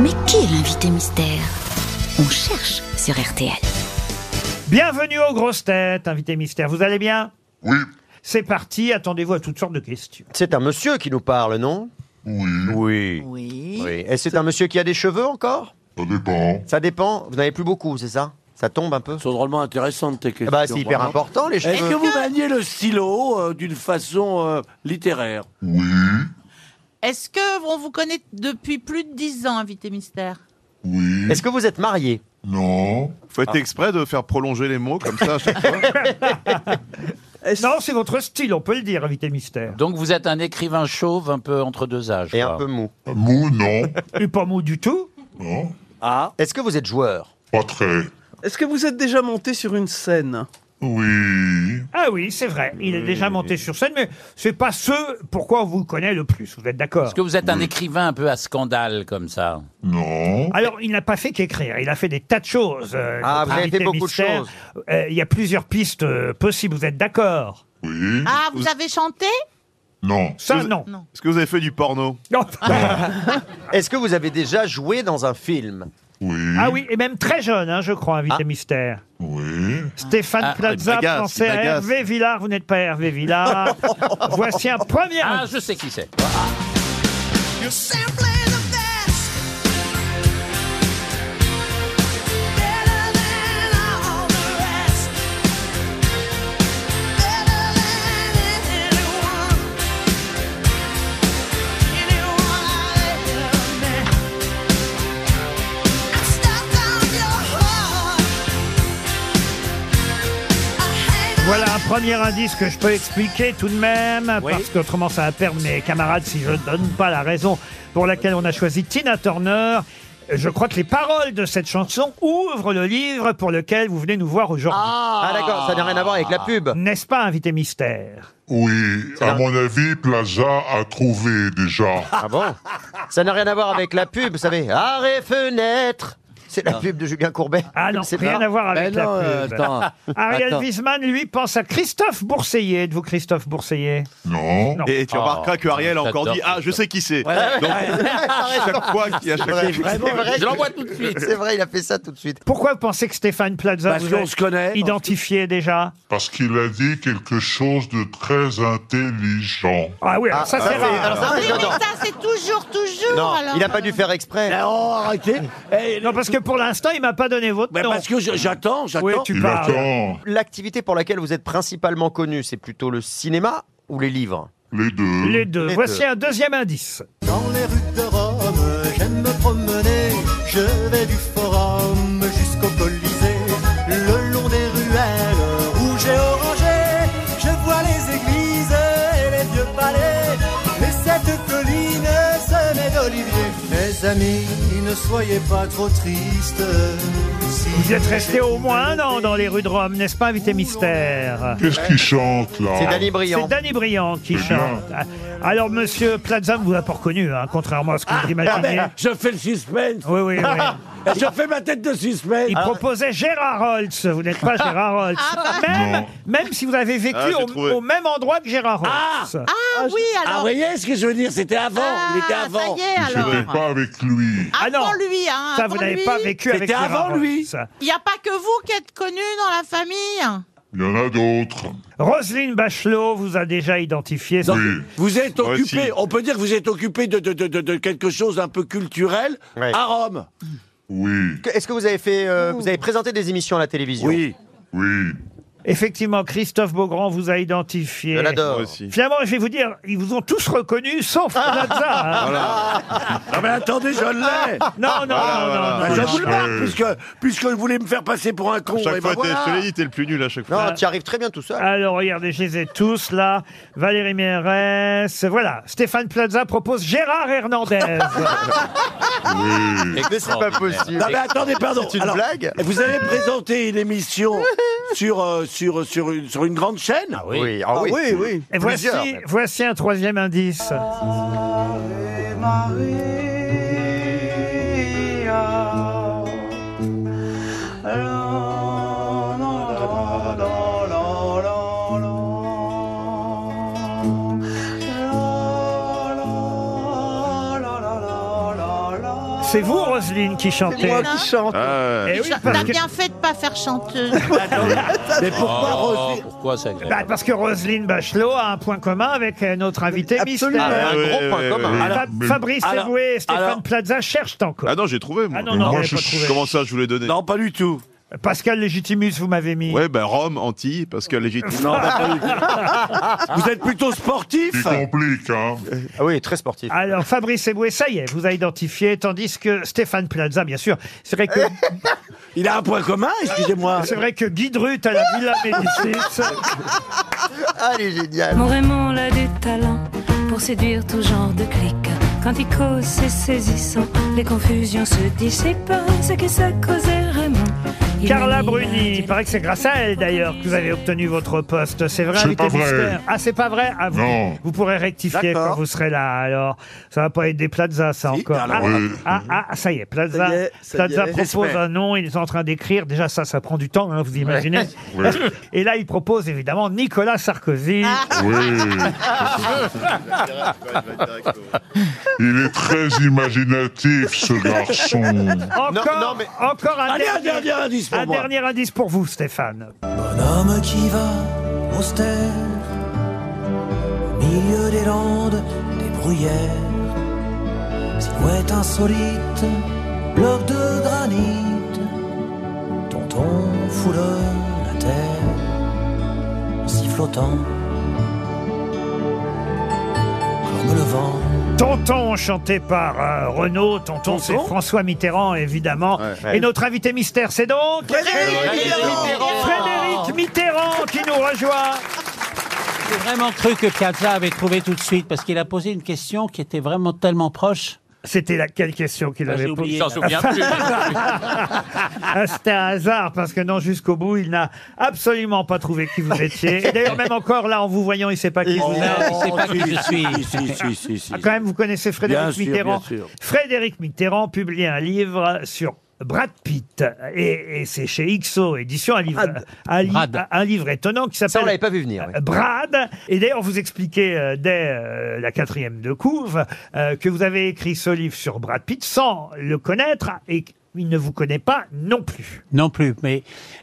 Mais qui est l'invité mystère On cherche sur RTL. Bienvenue aux grosses têtes, invité mystère. Vous allez bien Oui, C'est parti, attendez-vous à toutes sortes de questions. C'est un monsieur qui nous parle, non oui, Oui. Oui. Oui. Et c'est un monsieur qui a des cheveux encore ça dépend. Ça dépend. Vous n'avez plus beaucoup, c'est ça Ça tombe un peu sont drôlement intéressantes tes Eh questions. Bah, c'est hyper vraiment. important les Est-ce cheveux. que vous maniez le stylo euh, d'une façon euh, littéraire Oui, Est-ce que on vous connaît depuis plus de 10 ans, invité mystère oui, Est-ce que vous êtes marié non, Faut Ah. être exprès de faire prolonger les mots comme ça à chaque fois. Non, c'est votre style, on peut le dire, invité mystère. Donc vous êtes un écrivain chauve un peu entre deux âges. et quoi. un peu mou mou, non, Et pas mou du tout. non, Ah Est-ce que vous êtes joueur pas très. Est-ce que vous êtes déjà monté sur une scène Oui, Ah oui, c'est vrai, il est déjà monté sur scène, mais c'est pas ce pourquoi on vous connaît le plus, vous êtes d'accord Est-ce que vous êtes un écrivain un peu à scandale comme ça non, Alors, il n'a pas fait qu'écrire, il a fait des tas de choses. euh, Ah, notre vous avez fait invité beaucoup de mystère. choses. Euh, Il y a plusieurs pistes euh, possibles, vous êtes d'accord oui, Ah, vous avez chanté non, Ça, Vous- non. Non. Est-ce que vous avez fait du porno Non. Est-ce que vous avez déjà joué dans un film oui, ah oui, et même très jeune, hein, je crois, invité Ah. mystère. oui, Stéphane Ah, Plaza il m'agace, pensait il à m'agace. Hervé Villard, vous n'êtes pas Hervé Villard. Voici un premier Ah, je sais qui c'est. Voilà un premier indice que je peux expliquer tout de même, parce qu'autrement ça va perdre mes camarades si je ne donne pas la raison pour laquelle on a choisi Tina Turner. Je crois que les paroles de cette chanson ouvrent le livre pour lequel vous venez nous voir aujourd'hui. Ah, d'accord, ça n'a rien à voir avec la pub. N'est-ce pas, invité mystère oui, à un- mon avis, Plaza a trouvé déjà. Ah bon Ça n'a rien à voir avec la pub, vous savez. Arrêt fenêtre C'est la pub de Julien Courbet. Ah non, c'est rien pas- à voir avec Ben non, la euh, pub. attends. Ariel Attends. Wiesman, lui, pense à Christophe Bourseillet. Êtes-vous Christophe Bourseillet Non, Non. Et tu Ah, remarqueras que Ariel a encore j'adore dit ce Ah, je sais qui c'est. Donc, chaque fois qu'il y a chaque Ah, C'est fois- vrai Je l'envoie tout de suite. C'est vrai, il a fait ça tout de suite. Pourquoi vous pensez que Stéphane Plaza Parce vous qu'on a se connaît. identifié déjà parce qu'il a dit quelque chose de très intelligent. Ah oui, alors ça c'est rare. alors ça, Oui, c'est mais dedans. ça, c'est toujours, toujours. Ah, Non, alors. il n'a pas dû faire exprès. Ah, oh, arrêtez Eh, Non, parce que pour l'instant, il m'a pas donné votre mais nom. Parce que je- j'attends, j'attends. Oui, tu Il parles. attend L'activité pour laquelle vous êtes principalement connu, c'est plutôt le cinéma ou les livres les deux. Les deux. Les Voici deux. un deuxième indice. Dans les rues de Rome, j'aime me promener. Je vais du Forum jusqu'au Colisée. Le long des ruelles rouges et orangées, je vois les églises et les vieux palais. Mais cette colline semée d'oliviers. Mes amis, ne soyez pas trop tristes. Si Vous êtes resté au moins un an dans les rues de Rome, n'est-ce pas, invité mystère Qu'est-ce qu'il chante là C'est Danny c'est Briand. Danny Briand qui C'est bien. chante. Alors, monsieur Plaza ne vous l'a pas reconnu, hein, contrairement à ce que vous Ah, imaginez. ben, je fais le suspense. Oui, oui, Ah, oui. Ah, Je fais ma tête de suspense. Il proposait Gérard Holtz. Vous n'êtes pas Gérard Holtz. Même, même si vous avez vécu Ah, j'ai au, trouvé. au même endroit que Gérard Holtz. Ah oui, alors. Ah, vous voyez ce que je veux dire C'était avant. il était Ah, avant. Ça y est, Je n'étais alors. pas avec lui. Ah non. Avant lui, hein. Ça, avant vous n'avez lui. pas vécu avec C'était Gérard avant lui. Holtz. Il n'y a pas que vous qui êtes connu dans la famille. Il y en a d'autres. Roselyne Bachelot vous a déjà identifié. Donc, Oui. Vous êtes Moi occupé, aussi. on peut dire que vous êtes occupé de, de, de, de- de quelque chose un peu culturel Ouais. à Rome. Oui, Que- Est-ce que vous avez fait, euh, vous avez présenté des émissions à la télévision oui, Effectivement, Christophe Beaugrand vous a identifié. Je l'adore. Moi aussi. Finalement, je vais vous dire, ils vous ont tous reconnu, sauf Plaza. hein. Ah mais attendez, je l'ai Non, non, non, non, Bah, Ah, non, Je non. vous le marque, Ouais. puisque, puisque vous voulez me faire passer pour un con. Chaque et fois, bah ben t'es- voilà. je te l'ai dit, t'es le plus nul à chaque fois. Non, tu y arrives très bien tout seul. Alors, regardez, je les ai tous là. Valérie Mérès. Voilà. Stéphane Plaza propose Gérard Hernandez. oui, Mais c'est pas possible. Non mais attendez, pardon. C'est une Alors, blague Vous avez présenté une émission sur, euh, sur, sur, une, sur une grande chaîne Oui, ah oui. Oui, oui. Et voici, Plusieurs, même. voici un troisième indice. C'est vous, Roselyne, qui chantez. Moi Léna qui chante. Ah, Eh oui, Cha- parce T'as que, bien fait de pas faire chanteuse. Mais pourquoi Oh, Roselyne pourquoi ça grève bah, parce que Roselyne Bachelot a un point commun avec euh, notre invité Absolument. mystère. Ah, un ouais, gros ouais, point ouais, commun. ouais. Fa- mais- Fabrice alors- Eboué et Stéphane alors- Plaza cherchent encore. Ah non, j'ai trouvé, moi. Ah non, non, Moi, j'avais je- pas trouvé. Comment ça, je vous l'ai donné Non, pas du tout. Pascal Légitimus, vous m'avez mis. Ouais, ben Rome, Antilles, parce que légitime. Non, pas du tout. Vous êtes plutôt Tu sportif compliques, hein Ah oui, très sportif. Alors, Fabrice Eboué, ça y est, vous a identifié, tandis que Stéphane Plaza, bien sûr. C'est vrai que, Il a un point commun, excusez-moi. c'est vrai que Guy Drut à la Villa Médicis. Ah, elle est géniale. Mon Raymond a du talent pour séduire tout genre de clique. Quand il cause, c'est saisissant. Les confusions se dissipent. C'est que ça causait Raymond. Il Carla manie Bruni, il l'intelligence. paraît que c'est grâce à elle d'ailleurs que vous avez obtenu votre poste. C'est vrai, C'est invité pas vrai. mystère. Ah, c'est pas vrai ah, vous, Non. vous pourrez rectifier D'accord. quand vous serez là. Alors, ça va pas être des Plaza, ça Si, encore. Carla Ah, Bruni. ah, ah, ça y est, Plaza, Ça y est, ça y Plaza est. propose J'espère. un nom. Ils sont en train d'écrire. Déjà, ça, ça prend du temps, hein, vous imaginez. Et là, il propose évidemment Nicolas Sarkozy. Oui. Il est très imaginatif, ce garçon. Encore, Non, non, mais- encore un, Allez, un dernier, dernier indice pour un moi. dernier indice pour vous, Stéphane. Bonhomme qui va, austère, au milieu des landes, des bruyères, silhouette insolite, bloc de granit, tonton foulonne la terre, en sifflotant, comme le vent. Tonton, chanté par euh, Renaud. Tonton, c'est François Mitterrand, évidemment. Et notre invité mystère, c'est donc Frédéric Mitterrand qui nous rejoint. J'ai vraiment cru que Piazza avait trouvé tout de suite parce qu'il a posé une question qui était vraiment tellement proche. C'était la quelle question Ah, qu'il avait posée J'en souviens plus. Ah, C'était un hasard parce que non, jusqu'au bout, il n'a absolument pas trouvé qui vous étiez. Et D'ailleurs, même encore là, en vous voyant, il ne sait pas qui vous Non, êtes. il sait pas qui je suis. Oh, Si, si, si, si, si. Ah, quand même, vous connaissez Frédéric Bien sûr, Mitterrand. bien sûr. Frédéric Mitterrand publie un livre sur Brad Pitt. Et, et c'est chez XO Édition, un livre, un, li- Brad. un livre étonnant qui Ça, on l'avait s'appelle pas vu venir. oui. Brad. Et d'ailleurs, vous expliquez euh, dès euh, la quatrième de couve euh, que vous avez écrit ce livre sur Brad Pitt sans le connaître et qu'il ne vous connaît pas non plus. Non plus, mais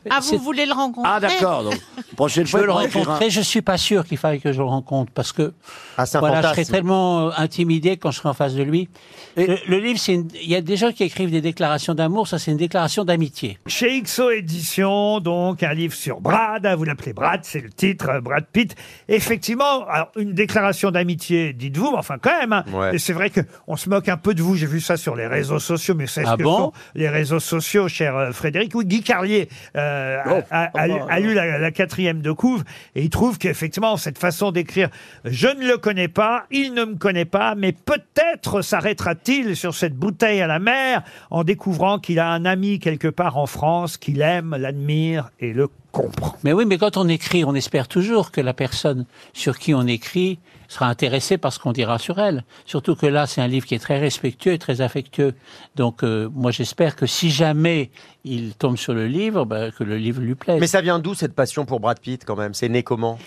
Ah, C'est- vous voulez le rencontrer Ah, d'accord. donc, Prochaine je fois, veux le il faudra écrire un- rencontrer. Je suis pas sûr qu'il faille que je le rencontre parce que Ah, c'est un voilà, je serais fantasme. tellement euh, intimidé quand je serai en face de lui. le, le livre, c'est une- il y a des gens qui écrivent des déclarations d'amour. Ça, c'est une déclaration d'amitié. Chez XO Édition, donc, un livre sur Brad, hein, vous l'appelez Brad, c'est le titre, euh, Brad Pitt. Effectivement, alors, une déclaration d'amitié, dites-vous, mais enfin, quand même, hein. Ouais. Et c'est vrai que on se moque un peu de vous, j'ai vu ça sur les réseaux sociaux, mais c'est ce Ah que bon sont les réseaux sociaux, cher euh, Frédéric. Oui, Guy Carlier euh, a- Oh, a, a lu- a lu la, la quatrième de couve, et il trouve qu'effectivement, cette façon d'écrire « Je ne le connais pas, il ne me connaît pas, mais peut-être s'arrêtera-t-il sur cette bouteille à la mer en découvrant qu'il a un ami quelque part en France qu'il aime, l'admire et le comprend. Mais oui, mais quand on écrit, on espère toujours que la personne sur qui on écrit sera intéressée par ce qu'on dira sur elle. Surtout que là, c'est un livre qui est très respectueux et très affectueux. Donc, euh, moi, j'espère que si jamais il tombe sur le livre, bah, que le livre lui plaise. Mais ça vient d'où cette passion pour Brad Pitt quand même C'est né comment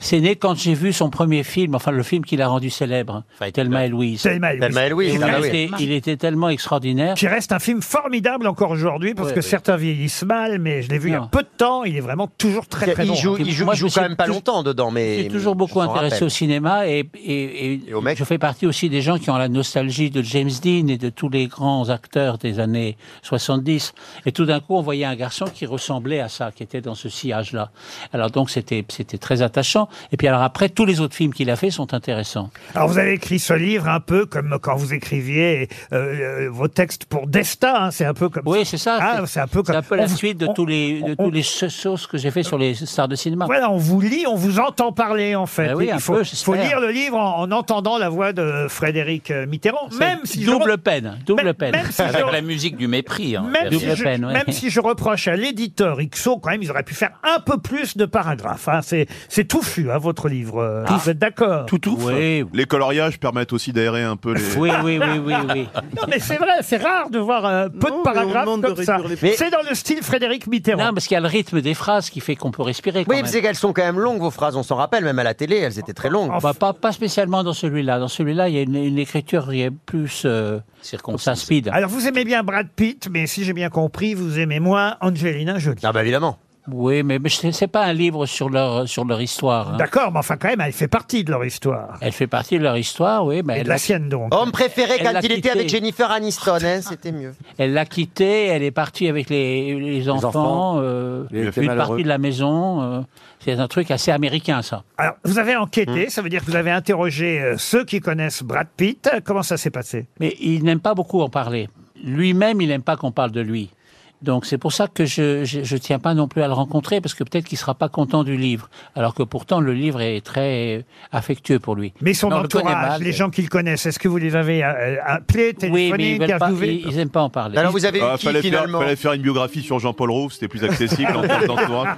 C'est né quand j'ai vu son premier film, enfin le film qui l'a rendu célèbre, Thelma et Louise. Thelma et Louise. Thelma et Et Louise. il, ah bah oui. était, il était tellement extraordinaire. qui reste un film formidable encore aujourd'hui parce Ouais, que ouais. certains vieillissent mal, mais je l'ai vu il y a Non. peu de temps. Il est vraiment toujours très très Il bon. joue, il joue, hein. Moi, il je joue me quand suis même pas tou- longtemps dedans, mais. J'ai toujours beaucoup je m'en intéressé rappelle. au cinéma et, et- et Et au mec. je fais partie aussi des gens qui ont la nostalgie de James Dean et de tous les grands acteurs des années 70. Et tout d'un coup, on voyait un garçon qui ressemblait à ça, qui était dans ce sillage-là. Alors donc, c'était c'était très attachant. Et puis alors après, tous les autres films qu'il a fait sont intéressants. Alors vous avez écrit ce livre un peu comme quand vous écriviez euh, euh, vos textes pour Destin. hein, c'est un peu comme. Oui, c'est ça. Ah, c'est un peu comme. C'est un peu la on vous- suite de on- tous les de on- tous les sauces que j'ai fait sur les stars de cinéma. Voilà, on vous lit, on vous entend parler en fait. Ben oui, Et un il faut, peu, faut j'espère. lire le livre en, en entendant la voix de Frédéric euh, Mitterrand, même si je double re- peine, double même- peine. même si je- musique du mépris. hein, Même, si double je, peine, ouais. même si je reproche à l'éditeur XO, quand même, ils auraient pu faire un peu plus de paragraphes. hein. C'est, c'est touffu. confus, hein, votre livre. euh, Ah, Vous êtes d'accord Toutouf Les coloriages permettent aussi d'aérer un peu les... Oui, oui, oui, oui, oui. Non, mais c'est vrai, c'est rare de voir euh, peu de paragraphes demande de comme ça. réduire les- C'est dans le style Frédéric Mitterrand. Non, parce qu'il y a le rythme des phrases qui fait qu'on peut respirer. Quand Oui, mais même. c'est qu'elles sont quand même longues, vos phrases. On s'en rappelle, même à la télé, elles étaient très longues. Bah, pas, pas spécialement dans celui-là. Dans celui-là, il y a une, une écriture qui est plus euh, comme ça, speed. Alors, vous aimez bien Brad Pitt, mais si j'ai bien compris, vous aimez moins Angelina Jolie. Ah, bah évidemment. Oui, mais, mais c'est c'est pas un livre sur leur, sur leur histoire. hein. D'accord, mais enfin, quand même, elle fait partie de leur histoire. Elle fait partie de leur histoire, oui. Mais Et elle de la l'a- sienne, donc. Oh. Homme préféré Elle quand l'a il était quitté. avec Jennifer Aniston, hein, c'était mieux. Elle l'a quitté, elle est partie avec les, les enfants, enfants. euh, Il était une malheureux. partie de la maison. euh, c'est un truc assez américain, ça. Alors, vous avez enquêté, Hmm. ça veut dire que vous avez interrogé euh, ceux qui connaissent Brad Pitt. Comment ça s'est passé Mais il n'aime pas beaucoup en parler. Lui-même, il n'aime pas qu'on parle de lui. Donc c'est pour ça que je je, je tiens pas non plus à le rencontrer parce que peut-être qu'il sera pas content du livre, alors que pourtant le livre est très affectueux pour lui. Mais son Mais on le connaît entourage, mal. les gens qu'ils connaissent, est-ce que vous les avez euh, appelés, Oui, mais téléphonés, ils veulent pas, interviewés ils, ils aiment pas en parler. Alors vous avez eu Ah, qui fallait, faire, finalement fallait faire une biographie sur Jean-Paul Rouve, c'était plus accessible en termes d'entourage.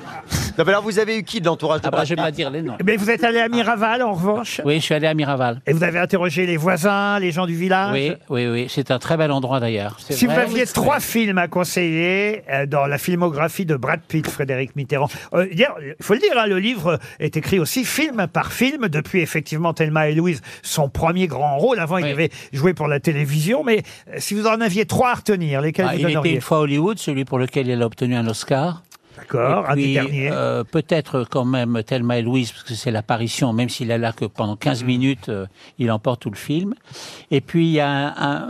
Non, mais alors vous avez eu qui de l'entourage de Ah bah, Brad je vais pas dire les noms. Mais vous êtes allé à Miraval, en revanche Oui, je suis allé à Miraval. Et vous avez interrogé les voisins, les gens du village Oui, oui, oui. C'est un très bel endroit d'ailleurs. C'est Ah, Si vous vrai. aviez trois films à conseiller euh, dans la filmographie de Brad Pitt, Frédéric Mitterrand, euh, hier, il faut le dire, hein, le livre est écrit aussi film par film, depuis effectivement Thelma et Louise, son premier grand rôle. Avant, il Oui. avait joué pour la télévision, mais euh, si vous en aviez trois à retenir, lesquels Ah, vous il était donneriez une fois à Hollywood, celui pour lequel elle a obtenu un Oscar. D'accord, Et un des puis, derniers. euh, peut-être quand même Thelma et Louise, parce que c'est l'apparition, même s'il est là que pendant Mm. 15 minutes, euh, il emporte tout le film. Et puis il y a un, un-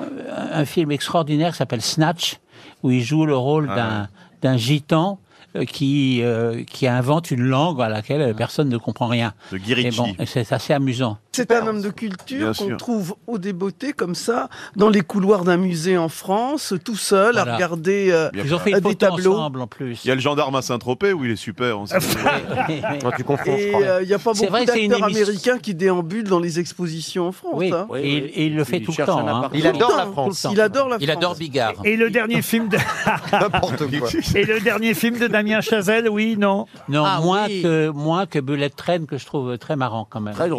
un film extraordinaire qui s'appelle Snatch, où il joue le rôle Ah. d'un d'un gitan euh, qui, euh, qui invente une langue à laquelle euh, personne ne comprend rien. De Guy Et Ritchie. bon, c'est assez amusant. C'est un homme de Bien culture sûr. qu'on trouve au débeauté comme ça, dans les couloirs d'un musée en France, tout seul, Voilà. à regarder euh, Bien Ils ont fait une Des photo tableaux. ensemble en plus. Il y a le gendarme à Saint-Tropez où il est super. on sait. Non, tu confonds, je Et euh, crois. il n'y a pas C'est beaucoup vrai que c'est une d'acteurs émission- américains qui déambulent dans les expositions en France. Oui, hein. et il, et il le fait tout le temps. hein. Il adore la Tout le France. temps. Il adore la France. Il adore Bigard. Et le dernier film de Ah, bah, N'importe quoi. et le dernier film de Damien Chazelle, oui, non. Non, Ah moins, oui. que, moins que Bullet Train, que je trouve très marrant quand même. Là, il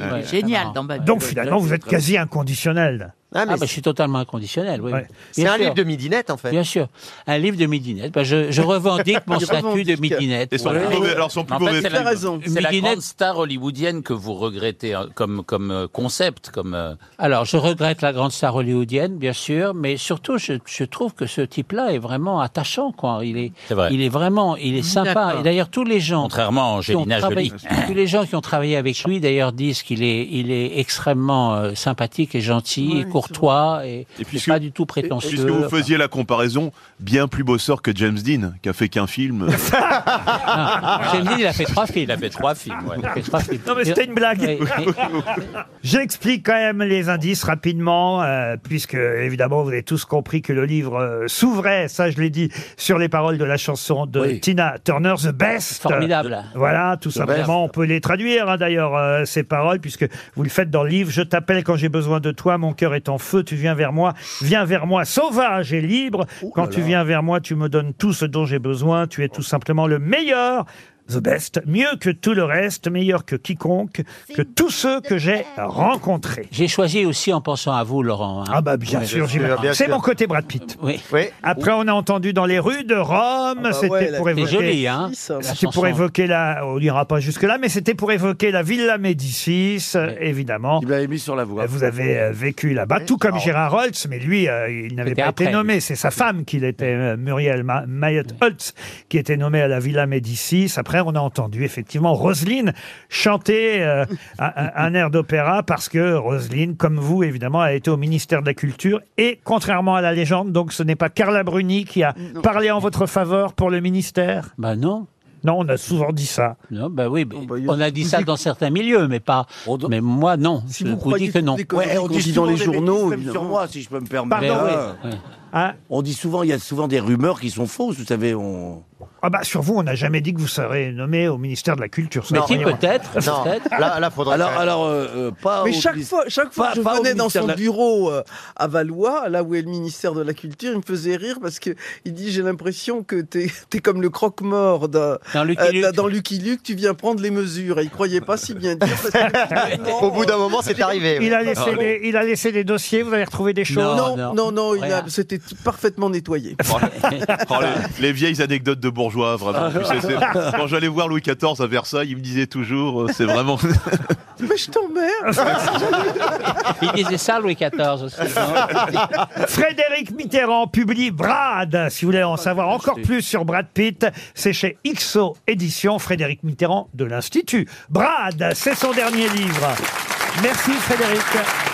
est ouais. génial dans Babylone. bah, Donc finalement, vous êtes quasi inconditionnel. Ah, mais Ah, bah, je suis totalement inconditionnel, oui. Ouais. c'est Bien un sûr, livre de midinette en fait. Bien sûr. Un livre de Midinette. Bah, je, je revendique mon Il statut de revendique. Midinette. Et son Voilà. plus mauvais, alors son plus En mauvais fait, c'est Il a la, raison. c'est la Midinette. grande star hollywoodienne que vous regrettez hein, comme, comme euh, concept, comme euh, Alors, je regrette la grande star hollywoodienne, bien sûr, mais surtout, je, je trouve que ce type-là est vraiment attachant, quoi. Il est, C'est vrai. il est vraiment, il est sympa. D'accord. Et d'ailleurs, tous les gens. contrairement à qui ont Angelina travaillé- Jolie. tous les gens qui ont travaillé avec lui, d'ailleurs, disent qu'il est, il est extrêmement euh, sympathique et gentil et courtois et, et puisque- pas du tout Puisque prétentieux. vous faisiez la comparaison, bien plus bosseur que James Dean, qui a fait qu'un film. euh, Enfin, James Dean, il a fait trois films. Il a fait trois films. ouais. Il a fait trois films. Non, mais c'était une blague. Oui, oui. J'explique quand même les indices rapidement, euh, puisque évidemment vous avez tous compris que le livre euh, s'ouvrait, ça je l'ai dit, sur les paroles de la chanson de Tina Turner, The Best. Formidable. Voilà, tout simplement, on peut les traduire hein, d'ailleurs, euh, ces paroles, puisque vous le faites dans le livre. Je t'appelle quand j'ai besoin de toi, mon cœur est en feu, tu viens vers moi, viens vers moi, sauvage et libre. Quand tu viens vers moi, tu me donnes tout ce dont j'ai besoin, tu es tout simplement le meilleur. The best, mieux que tout le reste, meilleur que quiconque, que tous ceux que j'ai rencontrés. J'ai choisi aussi en pensant à vous, Laurent. hein. Ah bah bien sûr, j'imagine. bien C'est sûr. mon côté Brad Pitt. Oui. Oui. Après, on a entendu dans les rues de Rome, bah c'était ouais, la- pour C'est évoquer... joli, hein Si, ça. La C'était pour chanson. évoquer la, on n'ira pas jusque là, mais c'était pour évoquer la Villa Médicis, euh, Oui. évidemment. Il l'avait mis sur la voie. Vous avez euh, vécu là-bas, tout comme Gérard Holtz, mais lui, euh, il n'avait C'était pas été après, nommé. lui. C'est sa femme qu'il était, euh, Muriel Ma- Mayotte Holtz, qui était nommée à la Villa Médicis. Après, on a entendu effectivement Roselyne chanter euh, un, un- un air d'opéra parce que Roselyne, comme vous, évidemment, a été au ministère de la Culture. Et contrairement à la légende, donc ce n'est pas Carla Bruni qui a parlé en votre faveur pour le ministère Bah non. Non, on a souvent dit ça. Non, bah oui, mais Oh, bah, il y a- on a dit ça dans certains milieux, mais pas. Mais moi, non. Oh, Si je vous vous dis croyez que non. toutes les conneries Ouais, on qu'on dit dit dans souvent les des journaux, bêtises, même sur évidemment. moi, si je peux me permettre. Pardon, Mais, oui. euh, Ouais. Hein On dit souvent, il y a souvent des rumeurs qui sont fausses, vous savez. On... Ah bah sur vous, on n'a jamais dit que vous serez nommé au ministère de la Culture. ça, voyons. Alors, alors euh, euh, pas. Mais au chaque ministère- fois, chaque fois pas- que je pas au venais dans ministère son de la- bureau euh, à Valois, là où est le ministère de la Culture, il me faisait rire parce que il dit j'ai l'impression que t'es es comme le croque-mort d'un- Euh, dans, Lucky Luke. dans Lucky Luke, tu viens prendre les mesures. Et il croyait pas si bien dire. Parce que, Au bout d'un moment, c'est arrivé. Il a, ouais. laissé des, il a laissé des dossiers, vous allez retrouver des choses. Non, Oh non, non, il a- c'était tout parfaitement nettoyé. Oh, les, les vieilles anecdotes de bourgeois, vraiment. Tu sais, c'est- quand j'allais voir Louis XIV à Versailles, il me disait toujours, euh, c'est vraiment. Mais je t'emmerde. Il disait ça, Louis XIV aussi. non Frédéric Mitterrand publie Brad. Si vous voulez en savoir encore plus sur Brad Pitt, c'est chez XO Édition, Frédéric Mitterrand de l'Institut. Brad, c'est son dernier livre. Merci Frédéric.